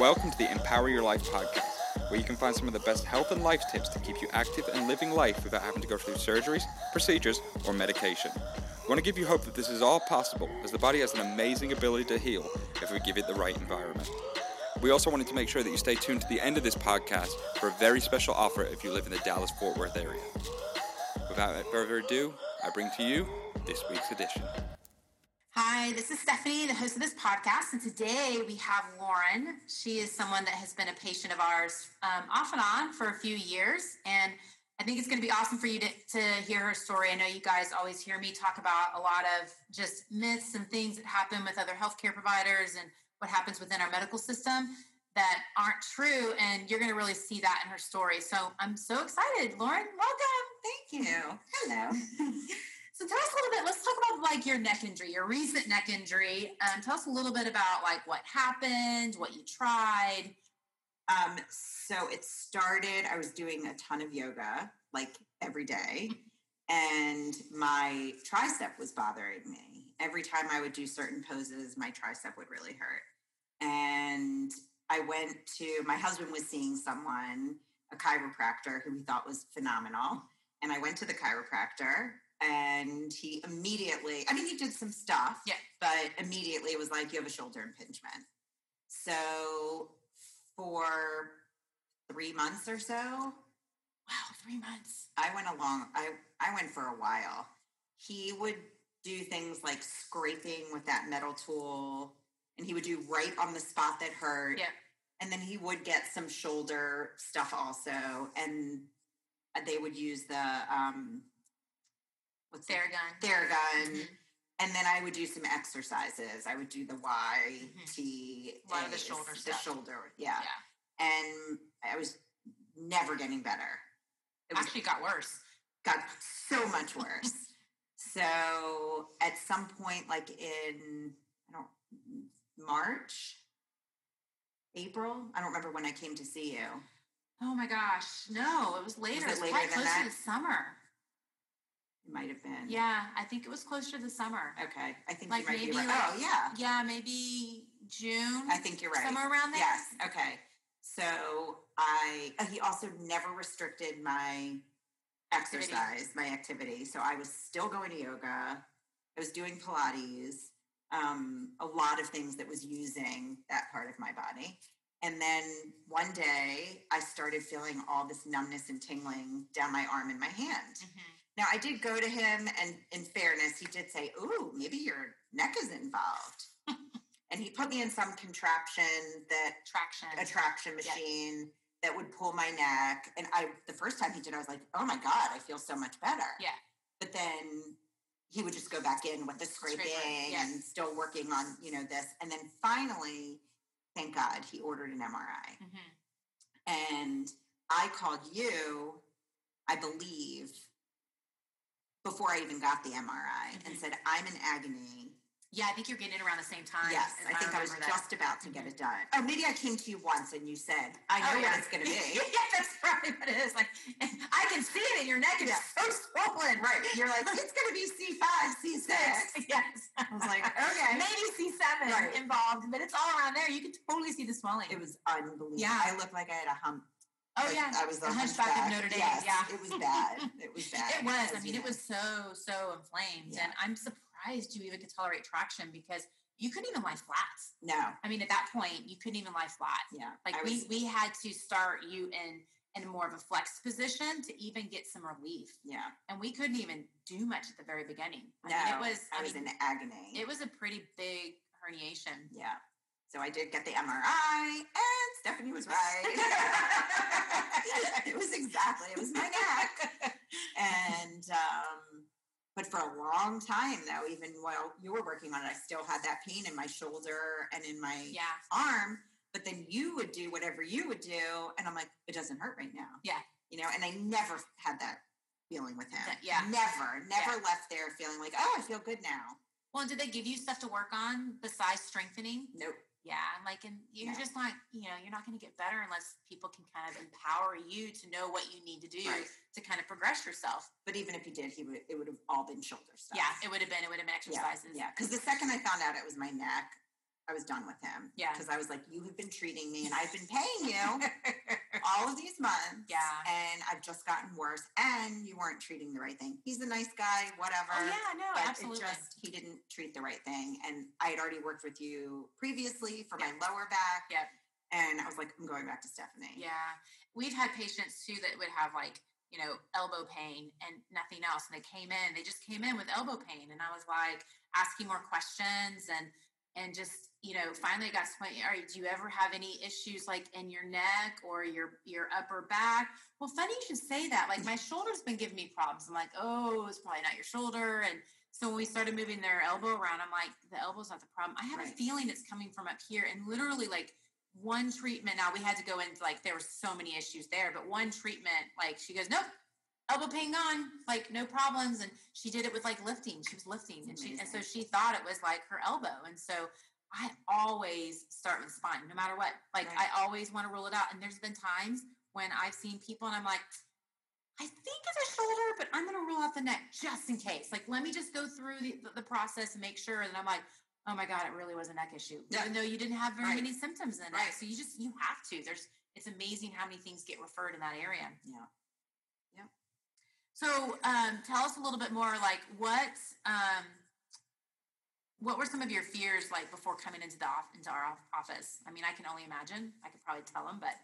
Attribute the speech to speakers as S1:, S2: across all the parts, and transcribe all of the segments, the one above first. S1: Welcome to the Empower Your Life podcast, where you can find some of the best health and life tips to keep you active and living life without having to go through surgeries, procedures, or medication. We want to give you hope that this is all possible, as the body has an amazing ability to heal if we give it the right environment. We also wanted to make sure that you stay tuned to the end of this podcast for a very special offer if you live in the Dallas Fort Worth area. Without further ado, I bring to you this week's edition.
S2: Hi, this is Stephanie, the host of this podcast. And today we have Lauren. She is someone that has been a patient of ours um, off and on for a few years. And I think it's going to be awesome for you to, to hear her story. I know you guys always hear me talk about a lot of just myths and things that happen with other healthcare providers and what happens within our medical system that aren't true. And you're going to really see that in her story. So I'm so excited. Lauren, welcome. Thank you.
S3: Hello.
S2: So tell us a little bit. Let's talk about like your neck injury, your recent neck injury. Um, tell us a little bit about like what happened, what you tried.
S3: Um, so it started, I was doing a ton of yoga like every day, and my tricep was bothering me. Every time I would do certain poses, my tricep would really hurt. And I went to my husband was seeing someone, a chiropractor who he thought was phenomenal. And I went to the chiropractor and he immediately i mean he did some stuff
S2: Yeah.
S3: but immediately was like you have a shoulder impingement so for three months or so
S2: Wow, three months.
S3: i went along i i went for a while he would do things like scraping with that metal tool and he would do right on the spot that hurt
S2: Yeah.
S3: and then he would get some shoulder stuff also and they would use the um what's it?
S2: Theragun.
S3: Theragun.
S2: Mhm.
S3: And then I would do some exercises. I would do the Y,
S2: Mhm.
S3: T,
S2: A lot of the
S3: A's,
S2: shoulder
S3: the
S2: stuff.
S3: shoulder, yeah.
S2: Yeah.
S3: And I was never getting better. It was,
S2: Actually, got worse.
S3: got so much worse. so at some point, like in I don't March, April, I don't remember when I came to see you.
S2: Oh my gosh. No, it was later.
S3: it
S2: it was
S3: later
S2: probably
S3: than
S2: closer
S3: that?
S2: to the summer.
S3: It might have been.
S2: Yeah, I think it was closer to the summer.
S3: Okay. I think
S2: Like
S3: you might
S2: maybe
S3: be right.
S2: like-
S3: oh yeah.
S2: Yeah, maybe June.
S3: I think you're right.
S2: Somewhere around there.
S3: Yes. Okay. So I uh, he also never restricted my
S2: Activity.
S3: exercise, my activity. So I was still going to yoga. I was doing Pilates, um, a lot of things that was using that part of my body. And then one day I started feeling all this numbness and tingling down my arm and my hand.
S2: Mhm.
S3: Now I did go to him, and in fairness, he did say, "Ooh, maybe your neck is involved," and he put me in some contraption that
S2: Traction.
S3: a traction
S2: Yeah.
S3: machine that would pull my neck. And I, the first time he did, I was like, "Oh my god, I feel so much better."
S2: Yeah.
S3: But then he would just go back in with the
S2: Scraper,
S3: scraping
S2: yeah.
S3: and still working on you know this, and then finally, thank God, he ordered an MRI
S2: Mhm.
S3: and I called you, I believe, before I even got the MRI and
S2: Mhm.
S3: said, I'm in agony.
S2: Yeah, I think you're getting it around the same time.
S3: yes,
S2: as
S3: I think I was
S2: remember that. Mm-hmm.
S3: just about to get it done. Oh, maybe I came to you once and you said, I
S2: Oh,
S3: know
S2: yeah.
S3: what it's going to be.
S2: yeah, that's probably what it is. Like, I can see it in your neck. It's
S3: Yeah.
S2: so swollen.
S3: right. You're like, it's going to be C5, C6.
S2: yes.
S3: I was like, okay.
S2: Maybe C7
S3: Right.
S2: involved, but it's all around there. You can totally see the swelling.
S3: It was unbelievable.
S2: Yeah.
S3: I looked like I had a hump.
S2: oh,
S3: Like, uh,
S2: yeah.
S3: I was a
S2: The Hunchback of Notre Dame,
S3: Yes,
S2: yeah.
S3: It was bad. It was bad.
S2: It was. I
S3: because, you
S2: mean, it
S3: know,
S2: was so, so inflamed.
S3: Yeah.
S2: And I'm surprised you even could tolerate traction because you couldn't even lie flat.
S3: No.
S2: I mean, at that point, you couldn't even lie flat.
S3: Yeah.
S2: Like,
S3: I
S2: we,
S3: was-
S2: we had to start you in, in more of a flex position to even get some relief.
S3: Yeah.
S2: And we couldn't even do much at the very beginning. I
S3: No.
S2: mean, it was, I,
S3: I was
S2: mean,
S3: in agony.
S2: It was a pretty big herniation.
S3: Yeah. So I did get the MRI, and Stephanie was right. it was exactly it was my neck, and um, but for a long time though, even while you were working on it, I still had that pain in my shoulder and in my
S2: Yeah.
S3: arm. But then you would do whatever you would do, and I'm like, it doesn't hurt right now.
S2: Yeah.
S3: you know. And I never had that feeling with him.
S2: That- yeah.
S3: never, never left there feeling like, oh, I feel good now.
S2: Well, did they give you stuff to work on besides strengthening?
S3: Nope.
S2: Yeah. Like, and you're
S3: No.
S2: just not, you know, you're not going to get better unless people can kind of empower you to know what you need to do
S3: Right.
S2: to kind of progress yourself.
S3: But even if he did, he would it would have all been shoulder stuff.
S2: Yeah. It would have been, it would have been exercises.
S3: Yeah, because the second I found out it was my neck, I was done with him.
S2: Yeah.
S3: Because I was like, you have been treating me and I've been paying you all of these months.
S2: Yeah.
S3: And I've just gotten worse. And you weren't treating the right thing. He's a nice guy, whatever.
S2: Oh yeah, no,
S3: But
S2: absolutely.
S3: it just he didn't treat the right thing. And I had already worked with you previously for
S2: Yeah.
S3: my lower back.
S2: Yep.
S3: And I was like, I'm going back to Stephanie.
S2: yeah, we've had patients too that would have like you know elbow pain and nothing else, and they came in, they just came in with elbow pain, and I was like asking more questions and and just you know finally got to the point. All right, do you ever have any issues like in your neck or your your upper back? Well, funny you should say that. Like my shoulder's been giving me problems. I'm like, oh, it's probably not your shoulder, and So when we started moving their elbow around, I'm like, the elbow's not the problem. I have a
S3: Right.
S2: feeling it's coming from up here. And literally, like one treatment. Now we had to go into like there were so many issues there, but one treatment, like she goes, nope, elbow pain gone, like no problems. And she did it with like lifting. She was lifting, and
S3: That's
S2: she and so
S3: amazing.
S2: she thought it was like her elbow. And so I always start with spine, no matter what. Like
S3: Right.
S2: I always want to rule it out. And there's been times when I've seen people and I'm like, I think it's a shoulder, but I'm going to rule out the neck just in case. Like, let me just go through the, the, the process and make sure. And I'm like, oh my God, it really was a neck issue.
S3: Yeah.
S2: Even though you didn't have very
S3: Right.
S2: many symptoms in the neck.
S3: Right.
S2: So you just, you have to. There's, it's amazing how many things get referred in that area.
S3: Yeah. Yep.
S2: So um, tell us a little bit more, like what, um, what were some of your fears like before coming into the off- into our off- office? I mean, I can only imagine. I could probably tell them, but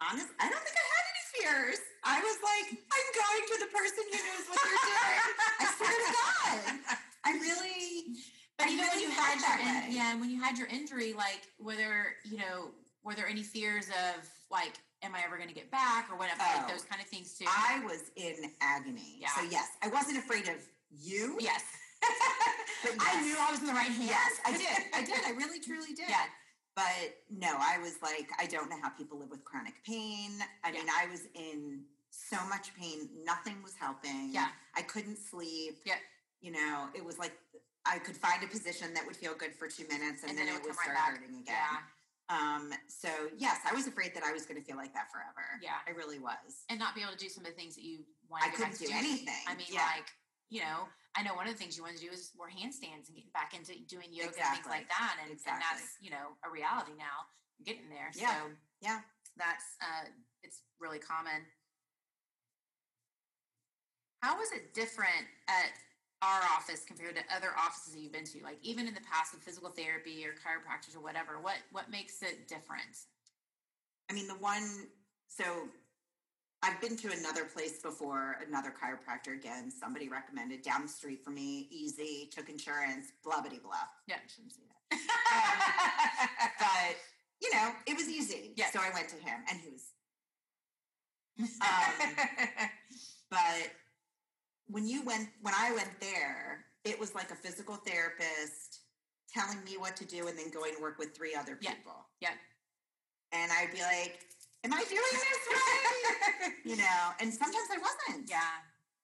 S3: Honest, I don't think I had any fears. I was like, I'm going to the person who knows what they're doing. I swear to God. I really,
S2: But
S3: I
S2: even when
S3: really
S2: you
S3: felt
S2: had
S3: that
S2: your in,
S3: way.
S2: yeah, and when you had your injury, like whether you know were there any fears of like, am I ever going to get back or whatever, like
S3: Oh.
S2: those kind of things too.
S3: I was in agony.
S2: Yeah.
S3: So yes, I wasn't afraid of you.
S2: yes,
S3: but
S2: I
S3: yes.
S2: knew I was in the right hand.
S3: Yes, I did. I did. I really, truly did.
S2: yeah,
S3: But no, I was like, I don't know how people live with chronic pain. I mean, I was in so much pain. Nothing was helping.
S2: Yeah.
S3: I couldn't sleep.
S2: Yeah.
S3: You know, it was like I could find a position that would feel good for two minutes and, then, it would
S2: come
S3: start
S2: right back.
S3: hurting again.
S2: yeah,
S3: Um, so yes, I was afraid that I was going to feel like that forever.
S2: Yeah.
S3: I really was.
S2: and not be able to do some of the things that you wanted.
S3: I
S2: to
S3: couldn't
S2: back
S3: do
S2: to
S3: anything.
S2: I mean,
S3: yeah.
S2: like you know, I know one of the things you wanted to do is were handstands and getting back into doing yoga and things
S3: Exactly.
S2: like that, and, and
S3: Exactly.
S2: that's you know a reality now. Getting there,
S3: Yeah.
S2: so
S3: Yeah.
S2: that's uh, it's really common. How was it different at our office compared to other offices that you've been to? Like even in the past with physical therapy or chiropractors or whatever, what what makes it different?
S3: I mean, the one, so I've been to another place before, another chiropractor again, somebody recommended down the street for me, easy, took insurance, blah, bitty, blah.
S2: Yeah.
S3: I shouldn't say that. but, you know, it was easy.
S2: Yes.
S3: So I went to him and he was, um, but when you went, when I went there, it was like a physical therapist telling me what to do and then going to work with three other
S2: Yeah.
S3: people.
S2: Yeah.
S3: And I'd be like, am I doing this right? you know, and sometimes I wasn't.
S2: Yeah.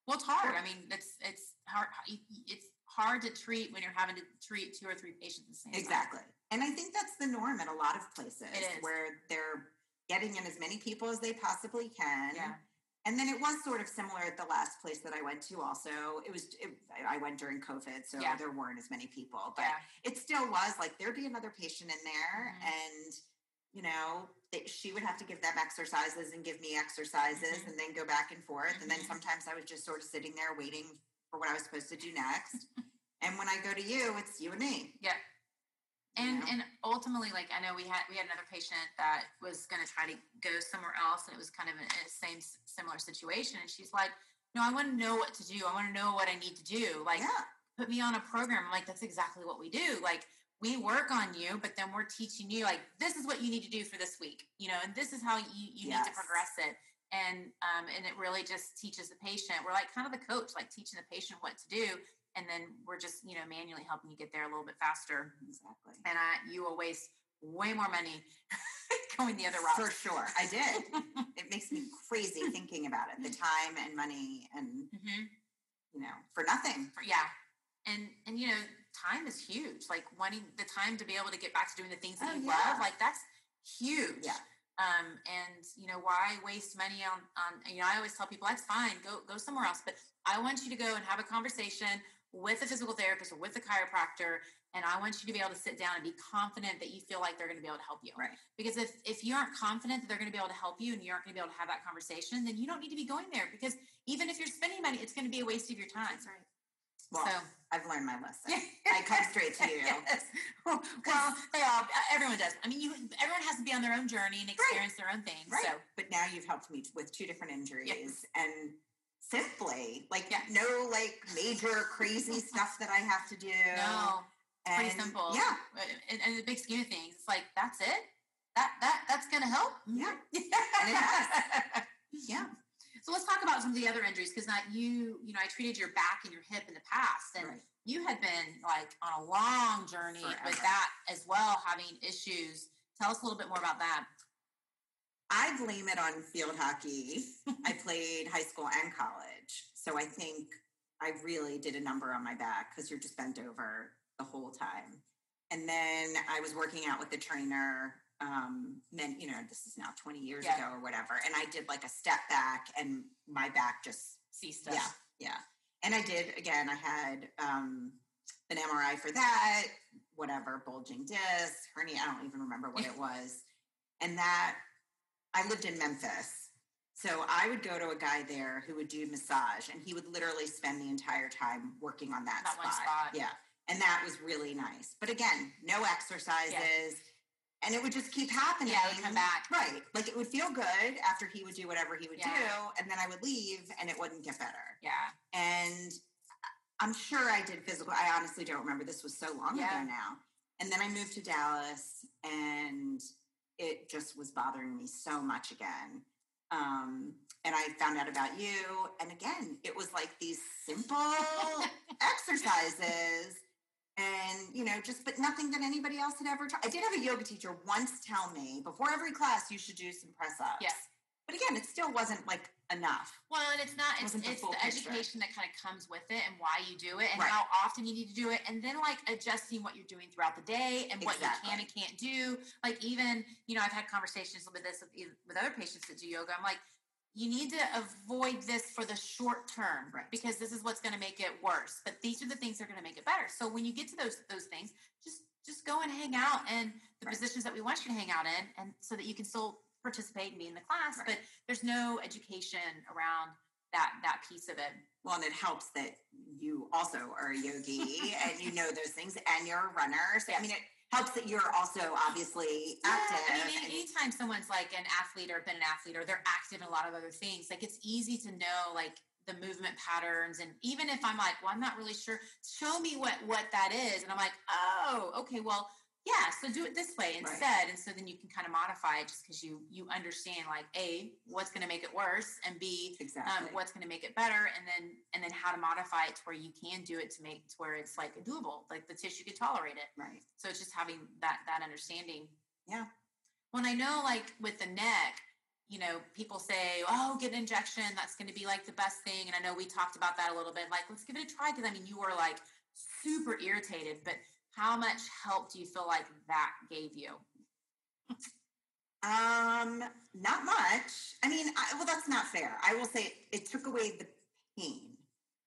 S2: Well, it's hard. I mean, it's it's hard. It's hard to treat when you're having to treat two or three patients at the same time.
S3: Exactly. And I think that's the norm at a lot of places
S2: It is.
S3: where they're getting in as many people as they possibly can.
S2: Yeah.
S3: And then it was sort of similar at the last place that I went to also. It was, it, I went during COVID, so
S2: Yeah.
S3: there weren't as many people, but
S2: Yeah.
S3: it still was like there'd be another patient in there
S2: Mhm.
S3: and you know they, she would have to give them exercises and give me exercises
S2: Mhm.
S3: and then go back and forth and then
S2: Mhm.
S3: sometimes i was just sort of sitting there waiting for what i was supposed to do next and when i go to you it's you and me
S2: Yeah.
S3: You
S2: And
S3: know?
S2: and ultimately, like I know we had we had another patient that was going to try to go somewhere else, and it was kind of a, a same s- similar situation. And she's like, "No, I want to know what to do. I want to know what I need to do. Like,
S3: yeah
S2: put me on a program." I'm like, "That's exactly what we do. Like, we work on you, but then we're teaching you like this is what you need to do for this week, you know, and this is how you you need to
S3: Yes.
S2: progress it." And um, and it really just teaches the patient. We're like kind of the coach, like teaching the patient what to do, and then we're just you know manually helping you get there a little bit faster
S3: exactly
S2: and I, you will waste way more money going the other route.
S3: for sure i did it makes me crazy thinking about it the time and money and
S2: Mhm.
S3: you know for nothing
S2: For- yeah, and and you know, time is huge. Like wanting the time to be able to get back to doing the things that
S3: Oh,
S2: you
S3: yeah.
S2: love, like that's huge.
S3: Yeah.
S2: Um, and you know, why waste money on on? You know, I always tell people that's fine. Go go somewhere else, but I want you to go and have a conversation with a physical therapist or with a chiropractor And I want you to be able to sit down and be confident that you feel like they're going to be able to help you.
S3: Right.
S2: Because if, if you aren't confident that they're going to be able to help you and you aren't going to be able to have that conversation, then you don't need to be going there because even if you're spending money, it's going to be a waste of your time.
S3: That's right. Well, I've learned my
S2: so
S3: lesson. I come straight to you.
S2: Yes. Well, they all, everyone does. I mean, you, everyone has to be on their own journey and experience their own thing.
S3: Right.
S2: So
S3: But now you've helped me t- with two different injuries and simply, like
S2: Yes.
S3: no like major crazy stuff that I have to do.
S2: no, it's pretty
S3: And,
S2: simple.
S3: Yeah.
S2: And, and the big scheme of things, it's like, that's it. That, that, that's going to help.
S3: Yeah.
S2: yeah. yeah. So let's talk about some of the other injuries because not you, you know, I treated your back and your hip in the past and
S3: Right.
S2: you had been like on a long journey with
S3: Forever.
S2: that as well, having issues. Tell us a little bit more about that.
S3: I blame it on field hockey. I played high school and college. So I think I really did a number on my back because you're just bent over the whole time. And then I was working out with the trainer. Um, meant you know, this is now 20 years
S2: Yeah.
S3: ago or whatever. And I did like a step back and my back just
S2: See stuff.
S3: Yeah. yeah. And I did again. I had um, an MRI for that, whatever, bulging disc, hernia. I don't even remember what it was. And that I lived in Memphis, so I would go to a guy there who would do massage, and he would literally spend the entire time working on that,
S2: That
S3: spot.
S2: one spot.
S3: Yeah, and that was really nice. But again, no exercises. And it would just keep happening.
S2: Yeah, it would come back.
S3: Right. Like it would feel good after he would do whatever he would
S2: Yeah.
S3: do. And then I would leave and it wouldn't get better
S2: Yeah.
S3: and I'm sure I did physical. I honestly don't remember. This was so long
S2: Yeah.
S3: ago now. And then I moved to Dallas, and it just was bothering me so much again. Um, and I found out about you, and again, it was like these simple exercises, and you know, just but nothing that anybody else had ever tried. I did have a yoga teacher once tell me before every class you should do some press ups.
S2: Yes.
S3: But again, it still wasn't like enough.
S2: Well, and it's not, it's,
S3: Wasn't the
S2: it's
S3: full
S2: the
S3: picture.
S2: education that kind of comes with it and why you do it and
S3: Right.
S2: how often you need to do it. And then like adjusting what you're doing throughout the day and what you can
S3: Exactly.
S2: and can't do. Like even, you know, I've had conversations with this with, eith- with other patients that do yoga. I'm like, you need to avoid this for the short term
S3: Right.
S2: because this is what's going to make it worse. But these are the things that are going to make it better. So when you get to those those things, just just go and hang out in the
S3: Right.
S2: positions that we want you to hang out in, and so that you can still participate and be in the class.
S3: Right.
S2: But there's no education around that that piece of it.
S3: Well, and it helps that you also are a yogi and you know those things and you're a runner. So, I mean, it helps that you're also obviously active.
S2: I mean,
S3: and-
S2: any- anytime someone's like an athlete or been an athlete or they're active in a lot of other things, like it's easy to know like the movement patterns. And even if I'm like, well, I'm not really sure, show me what what that is. And I'm like, oh, okay, well, yeah. So do it this way instead. And so then you can kind of modify it just because you you understand like a what's going to make it worse and b um,
S3: exactly.
S2: what's going to make it better and then and then how to modify it to where you can do it to make to where it's like doable like the tissue could tolerate it
S3: right.
S2: so it's just having that that understanding.
S3: Yeah.
S2: When I know like with the neck, you know, people say, "Oh, get an injection. That's going to be like the best thing." And I know we talked about that a little bit. Like, let's give it a try because I mean, you were like super irritated, but how much help do you feel like that gave you?
S3: Um, not much. I mean, I, well, that's not fair. I will say it, it took away the pain.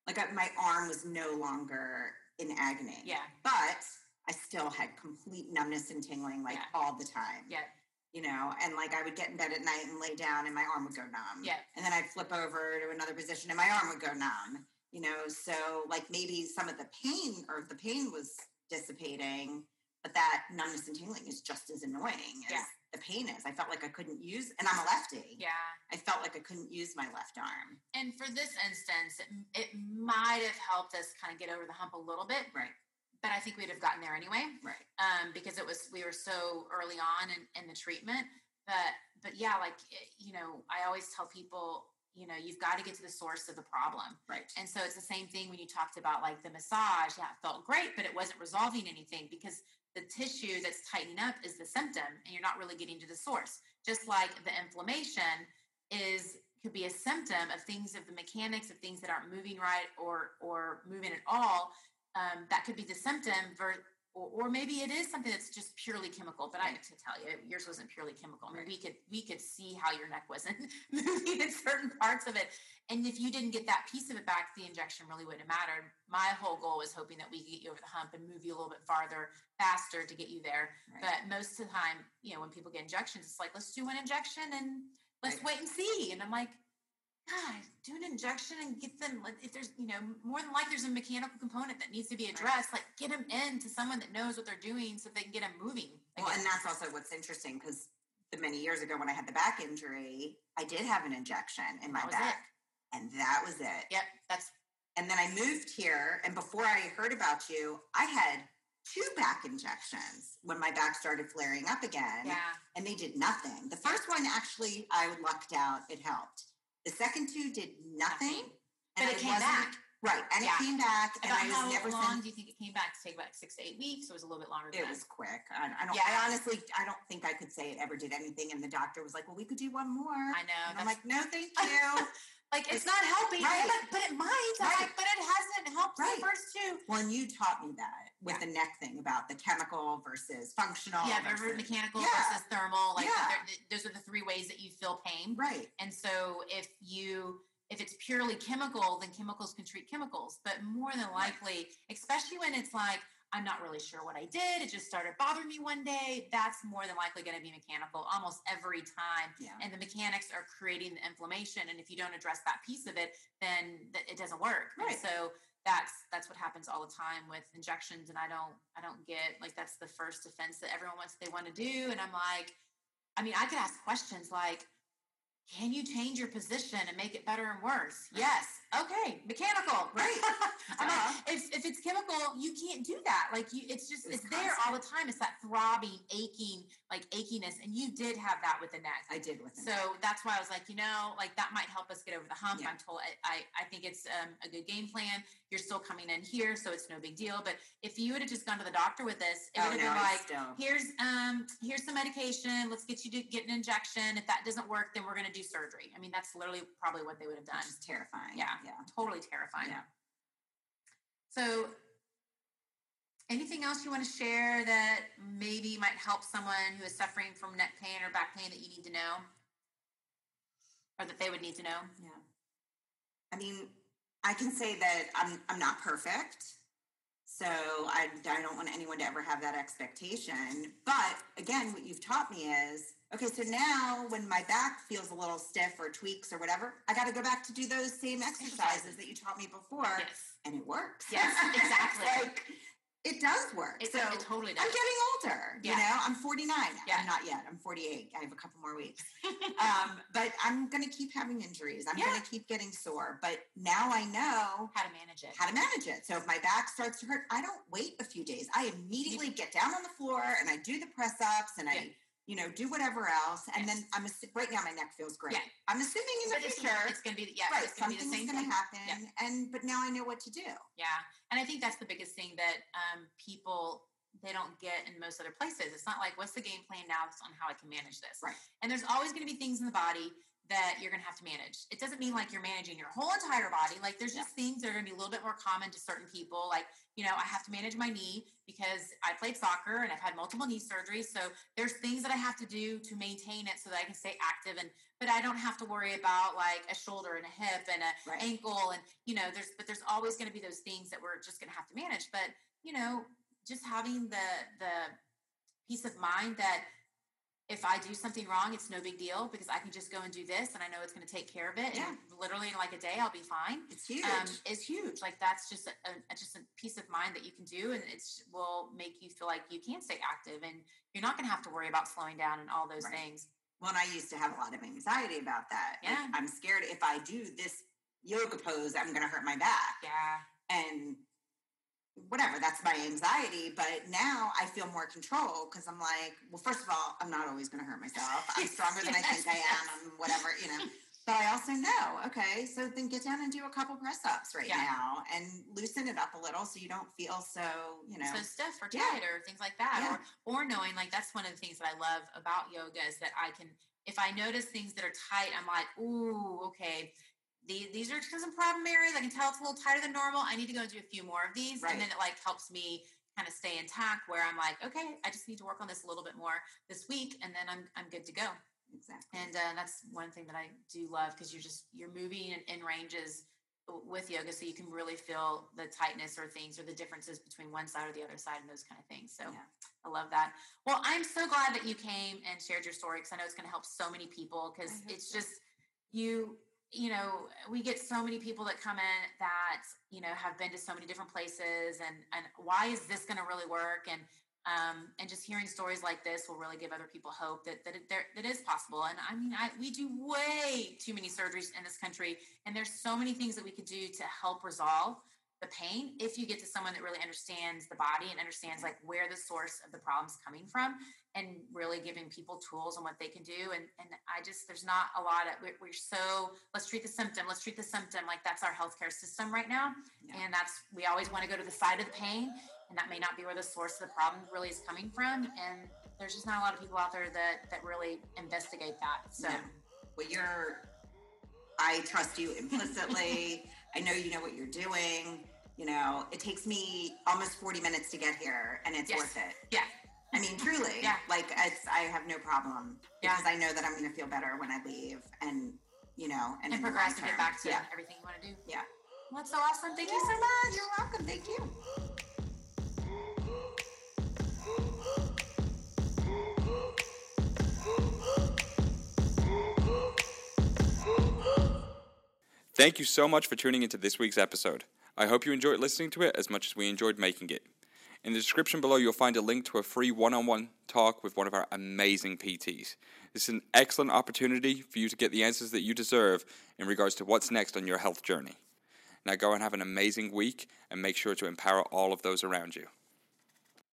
S3: Like I, my arm was no longer in agony.
S2: Yeah.
S3: But I still had complete numbness and tingling like
S2: Yeah.
S3: all the time.
S2: Yeah.
S3: you know, and like I would get in bed at night and lay down and my arm would go numb.
S2: Yeah.
S3: And then I'd flip over to another position and my arm would go numb, you know. So like maybe some of the pain or the pain was dissipating, but that numbness and tingling is just as annoying as
S2: Yeah.
S3: the pain is. I felt like I couldn't use and I'm a lefty.
S2: Yeah.
S3: I felt like I couldn't use my left arm.
S2: And for this instance, it, it might have helped us kind of get over the hump a little bit,
S3: Right.
S2: but I think we'd have gotten there anyway.
S3: Right.
S2: um, because it was we were so early on in, in the treatment. But but yeah, like it- you know, I always tell people, you know, you've got to get to the source of the problem.
S3: Right.
S2: And so it's the same thing when you talked about like the massage. Yeah, it felt great, but it wasn't resolving anything because the tissue that's tightening up is the symptom, and you're not really getting to the source. Just like the inflammation is could be a symptom of things of the mechanics of things that aren't moving right or or moving at all. Um, that could be the symptom ver- or, or maybe it is something that's just purely chemical. But I have to tell you, yours wasn't purely chemical. I mean, we could we could see how your neck wasn't moving in certain parts of it, and if you didn't get that piece of it back, the injection really wouldn't have mattered. My whole goal was hoping that we could get you over the hump and move you a little bit farther, faster to get you there.
S3: Right.
S2: But most of the time, you know, when people get injections, it's like let's do one injection and let's
S3: Right.
S2: wait and see. And I'm like. God, do an injection and get them. Like, if there's, you know, more than likely there's a mechanical component that needs to be addressed. Like, get them in to someone that knows what they're doing, so they can get them moving.
S3: Well,
S2: again.
S3: and that's also what's interesting because the many years ago when I had the back injury, I did have an injection in my
S2: That was it.
S3: back, and that was it.
S2: yep, that's
S3: And then I moved here, and before I heard about you, I had two back injections when my back started flaring up again,
S2: yeah.
S3: and they did nothing. The first one actually, I lucked out; it helped. The second two did nothing,
S2: But
S3: and
S2: it
S3: I
S2: came
S3: wasn't-
S2: back.
S3: right? And
S2: Yeah.
S3: it came back, and
S2: About
S3: I was
S2: how
S3: never
S2: long
S3: sent
S2: do you think it came back? To take about six to eight weeks. So it was a little bit longer. Than
S3: It
S2: that.
S3: was quick. I, I don't.
S2: Yeah.
S3: I honestly, I don't think I could say it ever did anything. And the doctor was like, "Well, we could do one more."
S2: I
S3: and
S2: know.
S3: I'm
S2: Like,
S3: like, "No, thank you."
S2: like it's, not helping,
S3: Right.
S2: but, but it might. I'm
S3: Right.
S2: like, but it hasn't helped
S3: Right.
S2: the first two.
S3: well, and you taught me that with the neck thing about the chemical versus functional.
S2: yeah, but
S3: versus-
S2: mechanical
S3: Yeah.
S2: versus thermal. Like,
S3: Yeah.
S2: they're- th- those are the three ways that you feel pain.
S3: Right.
S2: And so if you if it's purely chemical, then chemicals can treat chemicals. But more than
S3: Right.
S2: likely, especially when it's like, I'm not really sure what I did, it just started bothering me one day, that's more than likely going to be mechanical almost every time.
S3: Yeah.
S2: And the mechanics are creating the inflammation. And if you don't address that piece of it, then th- it doesn't work. And
S3: Right.
S2: so that's that's what happens all the time with injections. And I don't I don't get like that's the first defense that everyone wants they want to do. And I'm like, I mean, I could ask questions like, can you change your position and make it better and worse? Yes. Okay. Mechanical. Right. I'm like, if, if it's chemical, you can't do that. Like you, it's just,
S3: Uh-huh. It's
S2: it's, there all the time. It's that throbbing, aching, like achiness. And you did have that with the neck.
S3: I did with
S2: So
S3: it.
S2: that's why I was like, you know, like that might help us get over the hump.
S3: Yeah.
S2: I'm told I, I, I think it's um, a good game plan. You're still coming in here, so it's no big deal. But if you would have just gone to the doctor with this, it
S3: Oh,
S2: would have
S3: no,
S2: been
S3: I
S2: like,
S3: still-
S2: here's um here's some medication let's get you to get an injection if that doesn't work then we're going to do surgery i mean that's literally probably what they would have done
S3: which is terrifying.
S2: Yeah.
S3: Yeah.
S2: totally terrifying
S3: Yeah.
S2: so anything else you want to share that maybe might help someone who is suffering from neck pain or back pain that you need to know or that they would need to know
S3: Yeah. I mean, I can say that I'm I'm not perfect. So I, I don't want anyone to ever have that expectation. But again, what you've taught me is okay, so now when my back feels a little stiff or tweaks or whatever, I got to go back to do those same exercises that you taught me before.
S2: yes
S3: And it works.
S2: Yes, exactly.
S3: like, it does work.
S2: it,
S3: so
S2: it totally does
S3: I'm getting older.
S2: Yeah.
S3: You know, I'm 49.
S2: Yeah.
S3: I'm not yet. I'm 48. I have a couple more weeks. um, but I'm going to keep having injuries. I'm going
S2: Yeah.
S3: to keep getting sore. But now I know
S2: how to manage it
S3: how to manage it. So if my back starts to hurt, I don't wait a few days. I immediately get down on the floor and I do the press ups and
S2: Yeah.
S3: I, you know, do whatever else. And
S2: Yes.
S3: then I'm assu- right now my neck feels great.
S2: Yeah.
S3: I'm assuming in
S2: But
S3: the
S2: it's,
S3: future,
S2: it's going to be yeah
S3: right,
S2: it's going to be the same
S3: something's going
S2: thing
S3: to happen. And but now I know what to do.
S2: Yeah. And I think that's the biggest thing that um, people they don't get in most other places. It's not like what's the game plan now It's on how I can manage this.
S3: Right.
S2: And there's always going to be things in the body that you're going to have to manage. It doesn't mean like you're managing your whole entire body. Like there's just things that are going to be a little bit more common to certain people. Like, you know, I have to manage my knee because I played soccer and I've had multiple knee surgeries. So there's things that I have to do to maintain it so that I can stay active and but I don't have to worry about like a shoulder and a hip and a
S3: Right.
S2: ankle and you know there's but there's always going to be those things that we're just going to have to manage but you know just having the the peace of mind that if i do something wrong it's no big deal because i can just go and do this and i know it's going to take care of it
S3: Yeah.
S2: and literally in like a day i'll be fine
S3: it's huge.
S2: um, is huge like that's just a, a just a peace of mind that you can do and it's will make you feel like you can stay active and you're not going to have to worry about slowing down and all those
S3: Right.
S2: things
S3: Well, and I used to have a lot of anxiety about that. Like,
S2: Yeah.
S3: I'm scared if I do this yoga pose, I'm going to hurt my back.
S2: yeah
S3: And whatever, that's my anxiety. But now I feel more control because I'm like, well, first of all, I'm not always going to hurt myself. I'm stronger than I think I am. I'm whatever, you know. But I also know, okay, so then get down and do a couple press ups right
S2: Yeah.
S3: now and loosen it up a little so you don't feel so, you know,
S2: so stiff or
S3: Yeah.
S2: tight or things like that
S3: Yeah.
S2: or or knowing like that's one of the things that i love about yoga is that i can if i notice things that are tight i'm like ooh okay these, these are some problem areas i can tell it's a little tighter than normal i need to go and do a few more of these
S3: Right.
S2: and then it like helps me kind of stay intact where I'm like, okay, I just need to work on this a little bit more this week and then I'm, I'm good to go.
S3: Exactly.
S2: And uh, that's one thing that I do love because you're just, you're moving in, in ranges with yoga so you can really feel the tightness or things or the differences between one side or the other side and those kind of things. So
S3: Yeah.
S2: I love that. Well, I'm so glad that you came and shared your story because I know it's going to help so many people because
S3: I hope
S2: it's
S3: so.
S2: just you you know we get so many people that come in that you know have been to so many different places and and why is this going to really work and um, and just hearing stories like this will really give other people hope that that it, there, that is possible. And I mean, I, we do way too many surgeries in this country, and there's so many things that we could do to help resolve the pain if you get to someone that really understands the body and understands like where the source of the problem's coming from and really giving people tools on what they can do and and i just there's not a lot of we're, we're so let's treat the symptom let's treat the symptom like that's our healthcare system right now
S3: Yeah.
S2: and that's we always want to go to the side of the pain and that may not be where the source of the problem really is coming from and there's just not a lot of people out there that that really investigate that so
S3: No. Well, you're, I trust you implicitly. I know you know what you're doing. You know, it takes me almost 40 minutes to get here and it's
S2: Yes.
S3: worth it.
S2: yeah
S3: I mean, truly.
S2: Yeah.
S3: Like, it's, I have no problem
S2: Yeah.
S3: because I know that I'm going to feel better when I leave and, you know,
S2: and,
S3: and, in the long
S2: progress and get
S3: term.
S2: back to
S3: Yeah.
S2: everything you want to do
S3: Yeah.
S2: well, that's so awesome thank you so much
S3: You're welcome. Thank you.
S1: Thank you so much for tuning into this week's episode. I hope you enjoyed listening to it as much as we enjoyed making it. In the description below, you'll find a link to a free one on one talk with one of our amazing PTs. This is an excellent opportunity for you to get the answers that you deserve in regards to what's next on your health journey. Now go and have an amazing week and make sure to empower all of those around you.